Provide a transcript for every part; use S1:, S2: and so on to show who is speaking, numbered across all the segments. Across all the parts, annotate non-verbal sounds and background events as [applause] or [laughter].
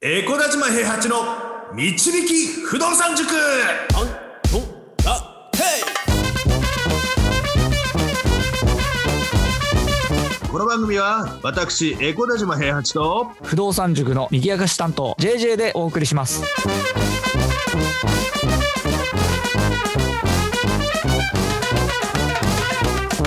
S1: エコダ島平八の導き不動産塾
S2: あんとだへ
S1: この番組は私エコダ島平八と
S3: 不動産塾の右明かし担当 JJ でお送りします
S1: は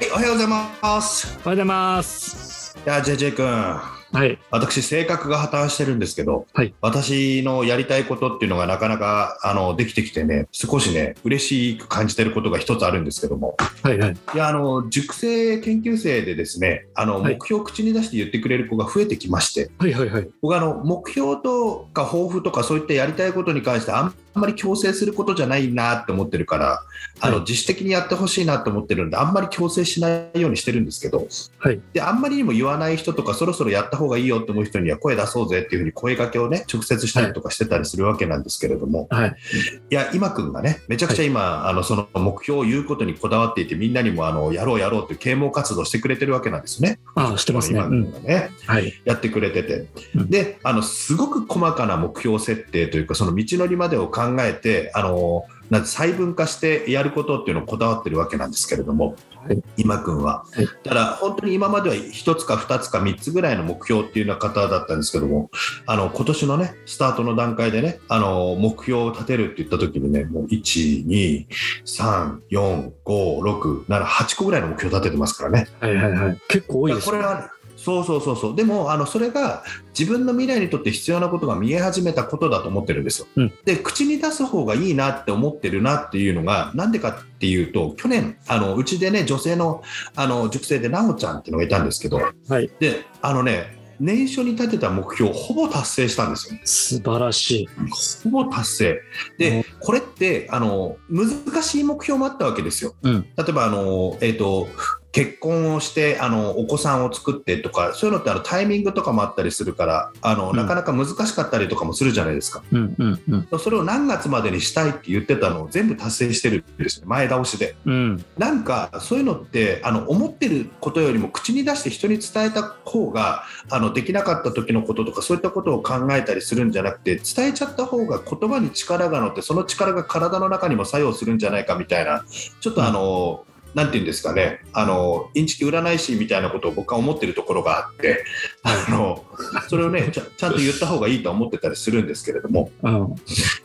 S1: いおはようございます
S3: おはようございます
S1: いや JJ 君
S3: はい
S1: 私性格が破綻してるんですけど、
S3: はい
S1: 私のやりたいことっていうのがなかなかあのできてきてね少しね嬉しく感じてることが一つあるんですけども
S3: はいはい
S1: いやあの塾生研究生でですねあの、
S3: はい
S1: 目標を口に出して言ってくれる子が増えてきまして
S3: はいはいはい
S1: 僕はあの目標とか抱負とかそういったやりたいことに関してあんまり強制することじゃないなって思ってるから、あの
S3: はい
S1: 自主的にやってほしいなって思ってるんであんまり強制しないようにしてるんですけど、
S3: はい
S1: であんまりにも言わない人とかそろそろやった方がいいよって思う人には声出そうぜっていうふうに声掛けをね直接したりとかしてたりするわけなんですけれども、
S3: はい
S1: いや今君がねめちゃくちゃ今、あのその目標を言うことにこだわっていてみんなにもあのやろうやろうっていう啓蒙活動してくれてるわけなんですね。
S3: ああしてますね
S1: 今
S3: う
S1: 君
S3: ん
S1: がね、
S3: はい
S1: やってくれてて、
S3: うん
S1: であのすごく細かな目標設定というかその道のりまでを考えてあのなんて細分化してやることっていうのをこだわってるわけなんですけれども、
S3: はい
S1: 今君は、
S3: はい
S1: だから本当に今までは1つか2つか3つぐらいの目標っていうような方だったんですけどもあの今年のねスタートの段階でねあの目標を立てるって言った時にねもう1234567個ぐらいの目標立ててますからね。
S3: はいはいはい結構多
S1: い
S3: い
S1: や
S3: です
S1: これはねそうそうそうそうでもあのそれが自分の未来にとって必要なことが見え始めたことだと思ってるんですよ、
S3: うん
S1: で口に出す方がいいなって思ってるなっていうのがなんでかっていうと去年あのうちでね女性のあの塾生でなおちゃんっていうのがいたんですけど
S3: はい
S1: であのね年初に立てた目標ほぼ達成したんですよ
S3: 素晴らしい
S1: ほぼ達成
S3: う
S1: で
S3: ん
S1: これってあの難しい目標もあったわけですよ、
S3: うん
S1: 例えばあの、えー、と結婚をしてあのお子さんを作ってとかそういうのってあのタイミングとかもあったりするからあの、
S3: うん
S1: なかなか難しかったりとかもするじゃないですか
S3: うんうんうん
S1: それを何月までにしたいって言ってたのを全部達成してるんですよ前倒しで
S3: うん
S1: なんかそういうのってあの思ってることよりも口に出して人に伝えた方があのできなかった時のこととかそういったことを考えたりするんじゃなくて伝えちゃった方が言葉に力が乗ってその力が体の中にも作用するんじゃないかみたいなちょっとあの、なんて言うんですかねあのインチキ占い師みたいなことを僕は思ってるところがあってあのそれをねちゃちゃんと言った方がいいとは思ってたりするんですけれども
S3: うん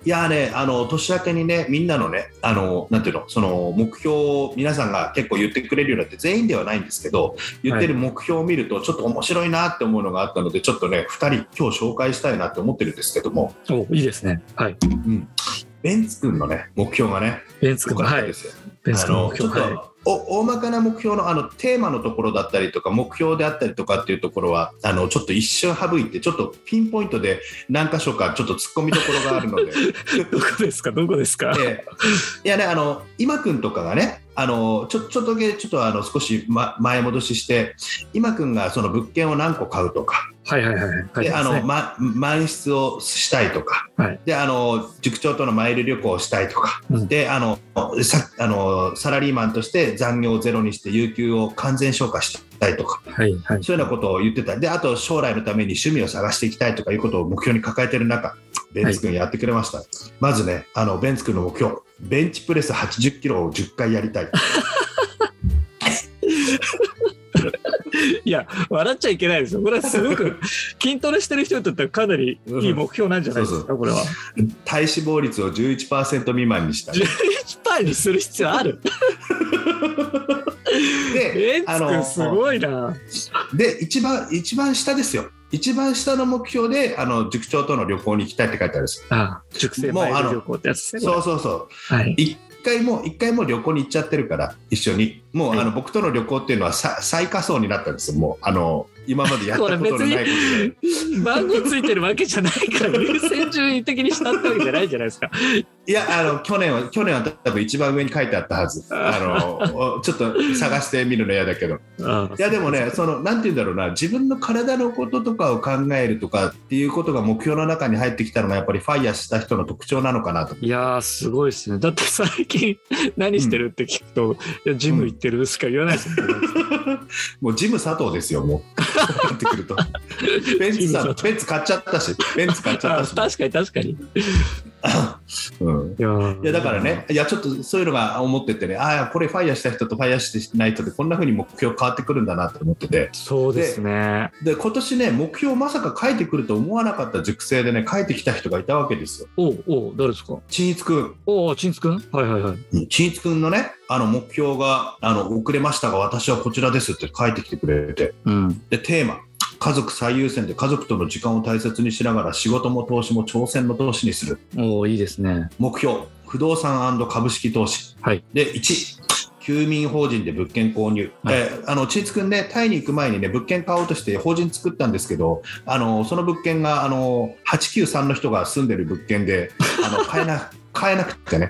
S1: いやーね、あの年明けにね、みんなのね、あのなんていうの、その目標を皆さんが結構言ってくれるようになって、全員ではないんですけど、言ってる目標を見ると、ちょっと面白いなって思うのがあったので、ちょっとね、2人、今日紹介したいなって思ってるんですけども、
S3: おいいですねはい
S1: ベンツ君のね、目標がね、
S3: ベンツ
S1: 良
S3: 君
S1: かっ
S3: は
S1: たで
S3: い
S1: すよ。
S3: ベンツ
S1: あ
S3: 君の
S1: の
S3: 目
S1: ちょっ
S3: 標
S1: と、
S3: は
S1: お大まかな目標のあのテーマのところだったりとか目標であったりとかっていうところはあのちょっと一瞬省いてちょっとピンポイントで何箇所かちょっと突っ込みどころがあるので
S3: いどこですかどこですか [laughs]
S1: でいやね、あの今君とかがね、あのちょちょっとだけちょっとあの少し、ま、前戻しして、今君がその物件を何個買うとか、
S3: はいはいはいはい
S1: であの
S3: は
S1: ま、満室をしたいとか、
S3: はい
S1: であの塾長とのマイル旅行をしたいとか、
S3: うん
S1: であのさあのサラリーマンとして残業をゼロにして、有給を完全消化したいとか、
S3: いはい
S1: そういうようなことを言ってた、であと将来のために趣味を探していきたいとかいうことを目標に抱えてる中、ベンツ君やってくれました、まずね、あのベンツ君の目標、ベンチプレス80キロを10回やりた
S3: [laughs]
S1: い、
S3: いや笑っちゃいけないですよこれはすご [laughs] く筋トレしてる人にとってはかなりいい目標なんじゃないです
S1: そうそ
S3: かこれは
S1: 体脂肪率を11%未満にした
S3: [laughs]
S1: い。
S3: 11パーにする必要あるベ
S1: で
S3: ンツ
S1: あ
S3: 君
S1: の
S3: すごいな。
S1: で一番一番下ですよ、一番下の目標であの塾長との旅行に行きたいって書いてあるんですよ。
S3: あ熟成前の旅行ってやつですね。
S1: そう
S3: こ
S1: そうそう
S3: れはい。
S1: 一回も一回も旅行に行っちゃってるから一緒にもう、
S3: はい
S1: あの僕との旅行っていうのはさ最下層になったんですよもうあの今までやったことのないこと
S3: [laughs] これ
S1: で
S3: 別番号ついてるわけじゃないから優先順位的にしたってわけじゃないじゃないですか。
S1: いやあの去年は去年は多分一番上に書いてあったは
S3: [laughs]
S1: ずあのおちょっと探してみるの嫌だけど
S3: あ
S1: いやでもねそのなんて言うんだろうな自分の体のこととかを考えるとかっていうことが目標の中に入ってきたのがやっぱりファイヤーした人の特徴なのかなと
S3: いやーすごいですね。だって最近何してるって聞くと、いやジム行ってしてるしか言わないですよ。
S1: もうジム佐藤ですよ、もう。な [laughs] ってくると。
S3: [laughs]
S1: ベンツさ
S3: ジム
S1: ん、
S3: 佐
S1: ベンツ買っちゃったし、ベンツ買っちゃ
S3: あ
S1: ったし。
S3: 確かに確かに。い
S1: [laughs] うん
S3: や
S1: いやだからね、いやちょっとそういうのが思っててね、ああ、これファイヤーした人とファイヤーしてない人で、こんな風に目標変わってくるんだなと思ってて、
S3: そうですね。
S1: で今年ね、目標をまさか書いてくると思わなかった塾生でね、書いてきた人がいたわけですよ、
S3: おうおう誰ですか
S1: 陳一君、
S3: おうちんつくんはいはいはい。
S1: うん陳一君のね、あの目標があの遅れましたが、私はこちらですって書いてきてくれて、
S3: うん。
S1: でテーマ、家族最優先で家族との時間を大切にしながら、仕事も投資も挑戦の投資にする、
S3: おういいですね。
S1: 目標不動産株式投資、
S3: はい
S1: で1休眠法人で物件購入、
S3: はい
S1: えーあのちいつくんね、タイに行く前にね、物件買おうとして法人作ったんですけど、あのその物件があの893の人が住んでる物件で、あ
S3: [laughs]
S1: の買えな買えなくてね、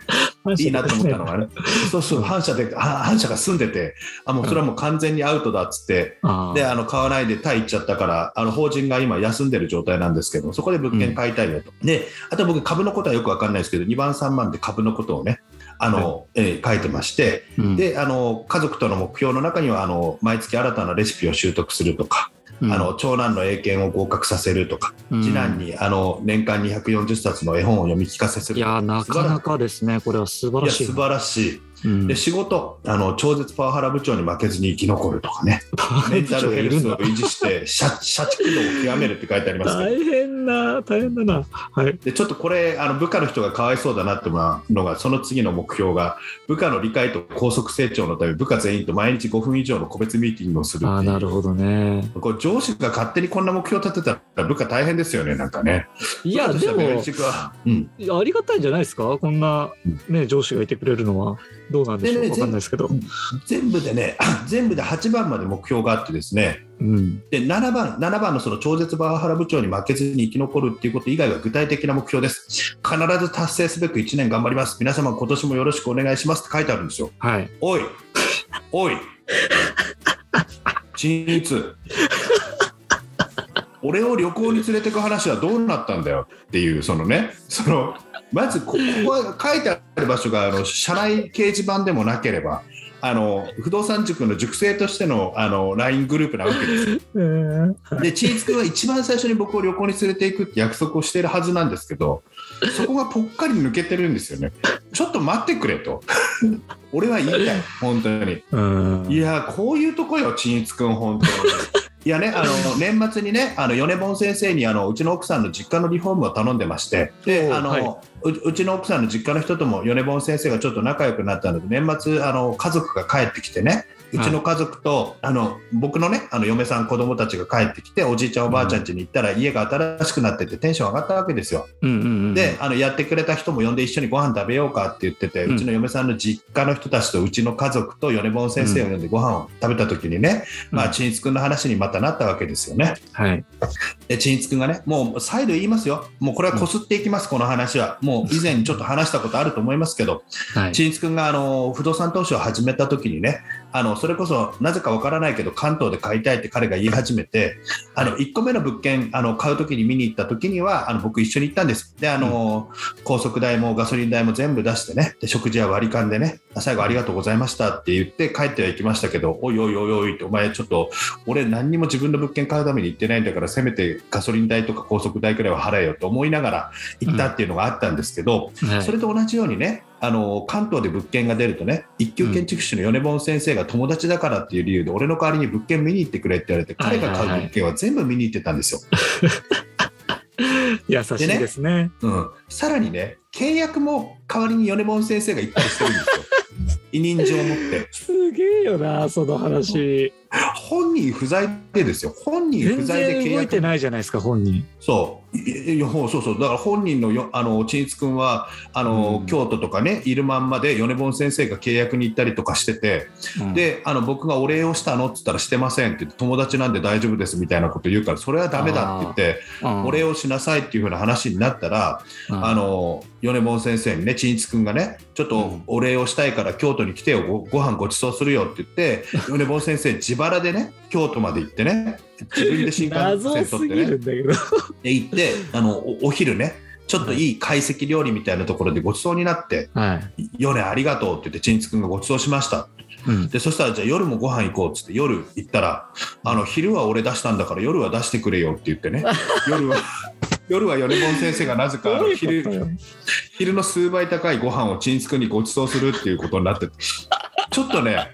S1: いいなと思ったのがね、そうそう、反社で、あ反社が住んでて、あもうそれはもう完全にアウトだっつって、
S3: あー。
S1: であの買わないでタイ行っちゃったから、あの法人が今、休んでる状態なんですけど、そこで物件買いたいよと、であと僕、株のことはよく分かんないですけど、2番、3番で株のことをね、あのえー書いてまして、
S3: うん、
S1: であの家族との目標の中にはあの、毎月新たなレシピを習得するとか、
S3: うん
S1: あの、長男の英検を合格させるとか、次男
S3: に。
S1: にあの年間240冊の絵本を読み聞かせす
S3: い
S1: るとか。
S3: や、なかなかですね、これは素晴
S1: い
S3: ら
S1: や
S3: しい。
S1: 素晴らしい、
S3: うん
S1: で仕事あの、超絶パワハラ部長に負けずに生き残るとかね、メンタルヘルスを維持して、
S3: [laughs]
S1: 社社畜度を極めるって書いてありますけど、
S3: 大変な、大変だな。はい。
S1: でちょっとこれ、あの部下の人がかわいそうだなって思うのが、その次の目標が、部下の理解と高速成長のため、部下全員と毎日5分以上の個別ミーティングをするっ
S3: あー
S1: てい
S3: な
S1: う。
S3: るほどね。
S1: こう上司が勝手にこんな目標立てたら部下大変ですよね、なんかね。
S3: いや、でも、
S1: ベンチ君はうん、
S3: いやありがたいんじゃないですか、こんな、ね、上司がいてくれるのは、どうなんでしょう、
S1: で
S3: わ
S1: ね
S3: かんないですけど、
S1: 全部でね、全部で8番まで目標があってですね、
S3: うん、
S1: で7番 ,7 番のその超絶バワハラ部長に負けずに生き残るっていうこと以外が具体的な目標です必ず達成すべく1年頑張ります皆様今年もよろしくお願いしますって書いてあるんですよ
S3: はい、
S1: おいおい陳一俺を旅行に連れてく話はどうなったんだよっていうそのねそのまずこここは書いてある場所があの社内掲示板でもなければあの不動産塾の塾生としてのあの LINE グループなわけですよ
S3: えー
S1: で、チーズ君は一番最初に僕を旅行に連れて行くって約束をしているはずなんですけど、そこがぽっかり抜けてるんですよね。ちょっと待ってくれと。俺は言いたい、本当に。
S3: うん、
S1: いやー、こういうとこよ、チーズ君、本当
S3: [laughs]
S1: に。いやね、あの年末にね、あの米本先生にあのうちの奥さんの実家のリフォームを頼んでまして、で
S3: おう
S1: あの、
S3: はいう
S1: うちの奥さんの実家の人とも米本先生がちょっと仲良くなったので、年末あの家族が帰ってきてね、うちの家族と、あの僕のね、あの嫁さん、子供たちが帰ってきて、おじいちゃん、おばあちゃん家に行ったら、家が新しくなってて、テンション上がったわけですよ。
S3: うんうんうん、
S1: で、あのやってくれた人も呼んで一緒にご飯食べようかって言ってて、
S3: う
S1: うんちの嫁さんの実家の人たちとうちの家族と米本先生を呼んでご飯を食べた時にね、
S3: うん
S1: まあ、陳一君の話にまたなったわけですよね。
S3: はい、
S1: で、陳一君がね、もう再度言いますよ。もうこれはこすっていきます、この話は。もう以前にちょっと話したことあると思いますけど、
S3: はい、
S1: 陳一君があの不動産投資を始めた時にね、あのそれこそなぜかわからないけど、関東で買いたいって彼が言い始めて、あの1個目の物件あの買う時に見に行った時には、あの僕、一緒に行ったんです。で、あの高速代もガソリン代も全部出してね、で食事は割り勘でね、最後ありがとうございましたって言って帰ってはいきましたけど、おいおいおいおいって、お前ちょっと、俺何にも自分の物件買うために行ってないんだから、せめてガソリン代とか高速代くらいは払えよと思いながら行ったっていうのがあったんですけど、
S3: はい
S1: それと同じようにね、あの関東で物件が出るとね、一級建築士の米本先生が友達だからっていう理由で、俺の代わりに物件見に行ってくれって言われて、彼が買う物件は全部見に行ってたん
S3: [laughs]
S1: ですよ。
S3: 優しいですね。
S1: うん、さらにね、契約も代わりに米本先生が行ったりしてるんですよ。
S3: [laughs]
S1: 委任状を持って
S3: すげえよな、その話。
S1: 本人不在でですよ本人不
S3: 全
S1: 在で契
S3: 然動いて
S1: 約
S3: ないじゃないですか、本人。
S1: そういいやそうそうそうだから本人のよあの陳一君はあの、
S3: うん
S1: 京都とかねいるまんまで米本先生が契約に行ったりとかしてて、
S3: うん、
S1: であの僕がお礼をしたのって言ったらしてませんって言って友達なんで大丈夫ですみたいなこと言うからそれはダメだって言って
S3: うん、
S1: お礼をしなさいっていう風な話になったら
S3: うん、
S1: あの米本先生にね陳一君がねちょっとお礼をしたいから京都に来てよごご飯ごちそうするよって言って米本先生自腹でね京都まで行ってね自分で新幹
S3: [laughs] 謎
S1: 線
S3: す
S1: 取っ
S3: ぎ
S1: てね
S3: るんだけど。
S1: で行ってあのおお昼ねちょっといい懐石料理みたいなところでごちそうになって
S3: はい。
S1: 「夜ありがとう」って言ってちんつくんがごちそうしました
S3: うん。
S1: でそしたらじゃあ夜もご飯行こうっつって夜行ったらあの昼は俺出したんだから夜は出してくれよって言って
S3: [laughs]
S1: ね夜は夜は米ン先生がなぜかあの昼昼の数倍高いご飯をちんつくんにごちそうするっていうことになっててちょっとね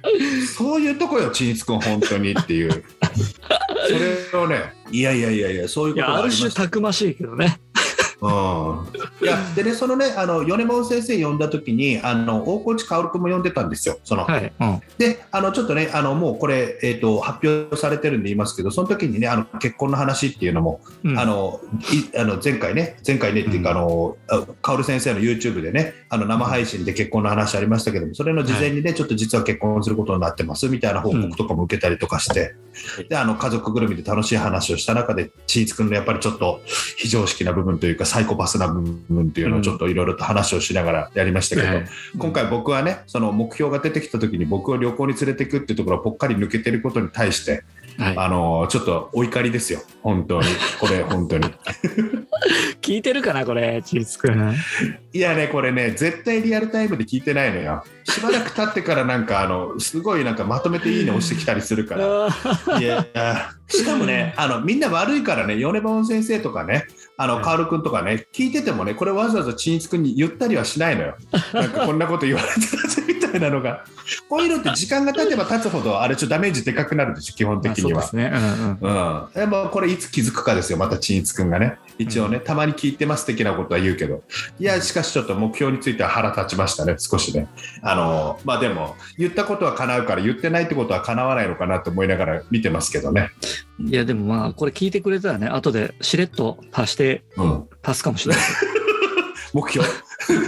S1: そういうとこよちんつくん本当にっていうそれをねいやいやいやいやそういう
S3: い
S1: こと
S3: や、
S1: があ
S3: あ
S1: りま
S3: る
S1: した
S3: 種たくましいけどね。
S1: うんいやでねそのねあの米門先生呼んだ時にあの大河内薫君も呼んでたんですよ。その
S3: はい。うん。
S1: であのちょっとねあのもうこれ、えー、と発表されてるんで言いますけどその時にねあの結婚の話っていうのも、
S3: うん
S1: あ、のいあの前回ね前回ねっていうか、
S3: うん
S1: あのあ薫先生の YouTube でねあの生配信で結婚の話ありましたけどもそれの事前にね、ちょっと実は結婚することになってますみたいな報告とかも受けたりとかして、であの家族ぐるみで楽しい話をした中でちーつくんのやっぱりちょっと非常識な部分というかサイコパスな部分っていうのをちょっといろいろと話をしながらやりましたけど、
S3: はい
S1: 今回僕はねその目標が出てきた時に僕を旅行に連れていくっていうところをぽっかり抜けてることに対して、
S3: は
S1: あのちょっとお怒りですよ本当にこれ本当に
S3: い。聞いてるかな、これ、ちーつくん。
S1: いやねこれね絶対リアルタイムで聞いてないのよしばらく経ってからなんかあのすごいなんかまとめていいね押してきたりするからいやしかもねあのみんな悪いからね米本先生とかねあの
S3: はい
S1: カール君とかね聞いててもねこれわざわざ陳一君に言ったりはしないの
S3: [laughs]
S1: よなんかこんなこと言われてたぜみたいなのがこういうのって時間が経てば経つほどあれちょっとダメージでかくなるでしょ基本
S3: まあ
S1: 的
S3: そう
S1: に
S3: で
S1: は。
S3: すね。うんうん。
S1: うん、でもこれいつ気づくかですよまた陳一君がね一応ね、たまに聞いてます的なことは言うけどいやしかしちょっと目標については腹立ちましたね少しねあのまあでも言ったことは叶うから言ってないってことは叶わないのかなと思いながら見てますけどね
S3: いや、でもまあ、これ聞いてくれたらね、後でしれっと足して、
S1: うん、
S3: 足すかもし
S1: [laughs]
S3: れない。
S1: 目
S3: [laughs]
S1: 標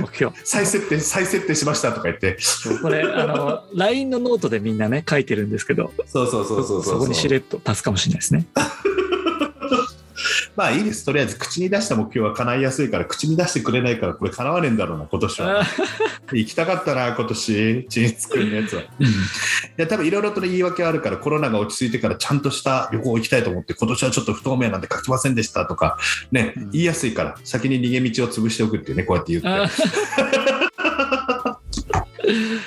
S3: 目標。
S1: 再設定再設定しましたとか言って
S3: これ、あの、LINE のノートでみんなね、書いてるんですけど、
S1: そうそうそ
S3: そこにしれっと足すかもしれないですね。
S1: まあいいですとりあえず口に出した目標は叶いやすいから口に出してくれないからこれ叶わねえんだろうな今年は行きたかったな今年チンスくんのやつは。いや多分いろいろとね言い訳はあるからコロナが落ち着いてからちゃんとした旅行行きたいと思って今年はちょっと不透明なんで書きませんでしたとかね、
S3: うん
S1: 言いやすいから先に逃げ道を潰しておくっていうねこうやって言って
S3: あ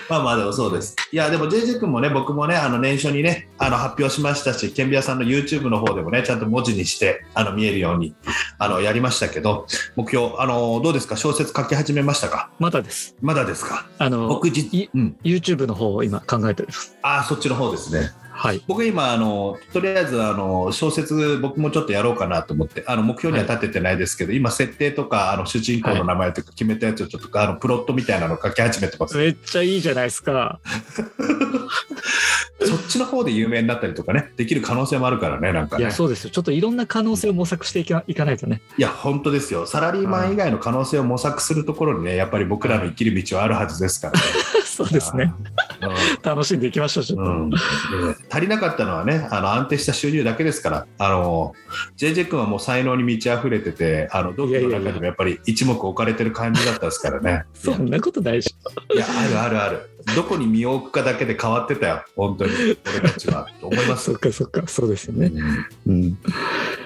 S1: まあまあでもそうですいやでも JJ 君もね僕もねあの年初にねあの発表しましたしケンビアさんの YouTube の方でもねちゃんと文字にしてあの見えるようにあのやりましたけど目標あのどうですか小説書き始めましたか
S3: まだです。
S1: まだですか
S3: あの、
S1: 僕じ
S3: い、
S1: うん、
S3: YouTube の方を今考えております。
S1: ああそっちの方ですね
S3: はい。
S1: 僕今あのとりあえずあの小説僕もちょっとやろうかなと思ってあの目標には立ててないですけど、今設定とかあの主人公の名前とか決めたやつをちょっと、あのプロットみたいなの書き始めてます、
S3: めっちゃいいじゃないですか。
S1: そっちの方で有名になったりとかねできる可能性もあるからねなんか
S3: い
S1: ね
S3: や、そうですよ。ちょっといろんな可能性を模索していかいかないとね。 [laughs]
S1: いや本当ですよサラリーマン以外の可能性を模索するところにねやっぱり僕らの生きる道はあるはずですからね。
S3: そうですね。楽しんでいきましょう、ちょっと。
S1: うん、で足りなかったのはねあの安定した収入だけですからあの JJ 君はもう才能に満ち溢れててあの同期の
S3: いやい
S1: 中
S3: やい
S1: で
S3: や
S1: もやっぱり一目置かれてる感じだったんですからね。
S3: そんなことないし。
S1: いやあるあるあるどこに身を置くかだけで変わってたよ本当に俺たちはと思います
S3: そっ。かそっか、そうですよ
S1: う
S3: ね。
S1: ん
S3: うん。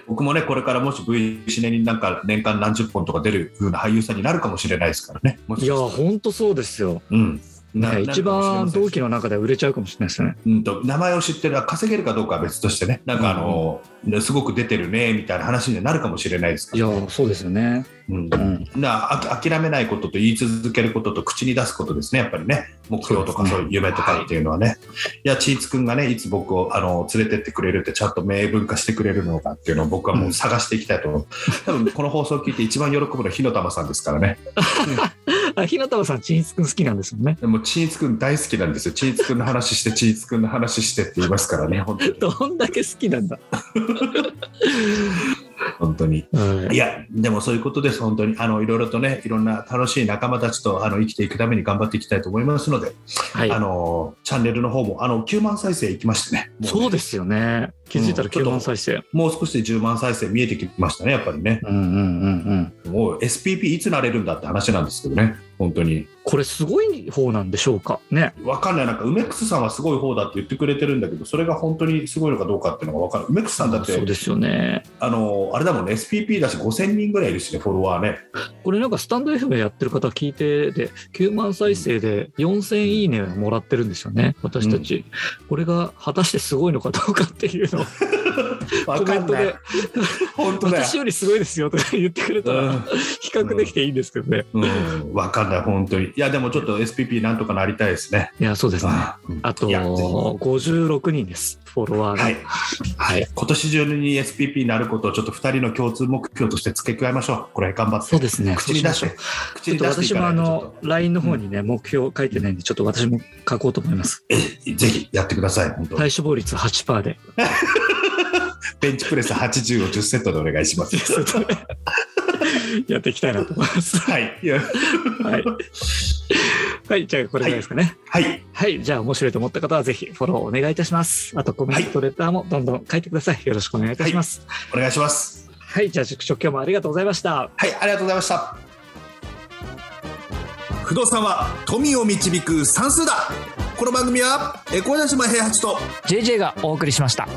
S1: 僕もねこれからもし V シネになんか年間何十本とか出る風な俳優さんになるかもしれないですからね。もし
S3: い
S1: か
S3: や、
S1: したら
S3: ほんとそうですよ。
S1: うんな
S3: ね、
S1: な
S3: 一
S1: るかもしれません
S3: 番
S1: し
S3: 同期の中では売れちゃうかもしれないですよね。
S1: うんと名前を知ってる稼げるかどうかは別としてねなんかあの、ねすごく出てるねみたいな話になるかもしれないですか
S3: い
S1: ら、
S3: やー、そうですよね。
S1: うん、
S3: ん。
S1: なあ諦めないことと言い続けることと口に出すことですねやっぱりね目標とか
S3: そ
S1: そうういう夢とかっていうのはね、い、やちーつくんがねいつ僕をあの連れてってくれるってちゃんと明文化してくれるのかっていうのを僕はもう探していきたいと思う、多分この放送を聞いて一番喜ぶのは火の玉さんですからね
S3: [laughs] あ、ひなたまさん、ちんいつくん好きなんですもんね。
S1: でもちーつくん大好きなんですよちーつくんの話してちーつくんの話してって言いますからね本当に
S3: どんだけ好きなんだ。
S1: 本当に
S3: はい
S1: や、でもそういうことです、本当に。あの、いろいろとね、いろんな楽しい仲間たちと、あの、生きていくために頑張っていきたいと思いますので、
S3: い。
S1: あの、チャンネルの方も、あの、9万再生いきましてね。もう
S3: そうですよね。気づいたら
S1: うんちょっ
S3: 9
S1: と
S3: 万再生。
S1: もう少しで10万再生見えてきましたね、やっぱりね。
S3: うんうんうんうん。
S1: もう SPP いつなれるんだって話なんですけどね。本当に
S3: これすごい方なんでしょうかね。
S1: わかんないなんか梅楠さんはすごい方だって言ってくれてるんだけどそれが本当にすごいのかどうかっていうのがわかる梅楠さんだって
S3: そうですよね。
S1: あのあれだもんね SPP だし5000人ぐらいいるしねフォロワーね
S3: これなんかスタンド FM やってる方聞いてて9万再生で4000いいねもらってるんですよね私たち、これが果たしてすごいのかどうかっていう
S1: [laughs]
S3: のを
S1: わ
S3: コメ
S1: か
S3: ン
S1: ん
S3: ト
S1: な
S3: で
S1: い [laughs] 本当だよ
S3: 私よりすごいですよとか言ってくれたら、
S1: うん
S3: 比較できていいんですけどね、
S1: うん、わかんない本当にいやでもちょっと SPP なんとかなりたいですね
S3: いやそうですね
S1: あうん
S3: あと
S1: いやぜひ
S3: 56人ですフォロワーが、
S1: はい、はい、今年中に SPP になることをちょっと2人の共通目標として付け加えましょう、これ頑張って、
S3: そうですね
S1: 口に出し
S3: そう
S1: て
S3: し、
S1: 口
S3: ちょっ
S1: に
S3: と
S1: 出してい
S3: 私も
S1: か
S3: あ
S1: ないと
S3: の LINE の方にね、目標書いてないんでちょっと私も書こうと思います
S1: ちょっとぜひやってください、本当、
S3: 体脂肪率8%で
S1: [laughs]
S3: [laughs]
S1: ベンチプレス80を10セットでお願いし
S3: [laughs]
S1: ます。
S3: やっていきたいなと思います
S1: はい、いや
S3: はい、 [laughs] はい、じゃあこれぐらいですかね、
S1: はい、
S3: はい。じゃあ、面白いと思った方は、ぜひフォローお願いいたします。あと、コメント、レターもどんどん書いてください。よろしくお願いいたします。はい。
S1: お願いします。
S3: じゃあ、塾長、今日もありがとうございました。
S1: はい、ありがとうございました。
S4: 不動産は富を導く算数だこの番組はえー小林真平八と
S3: JJ がお送りしました。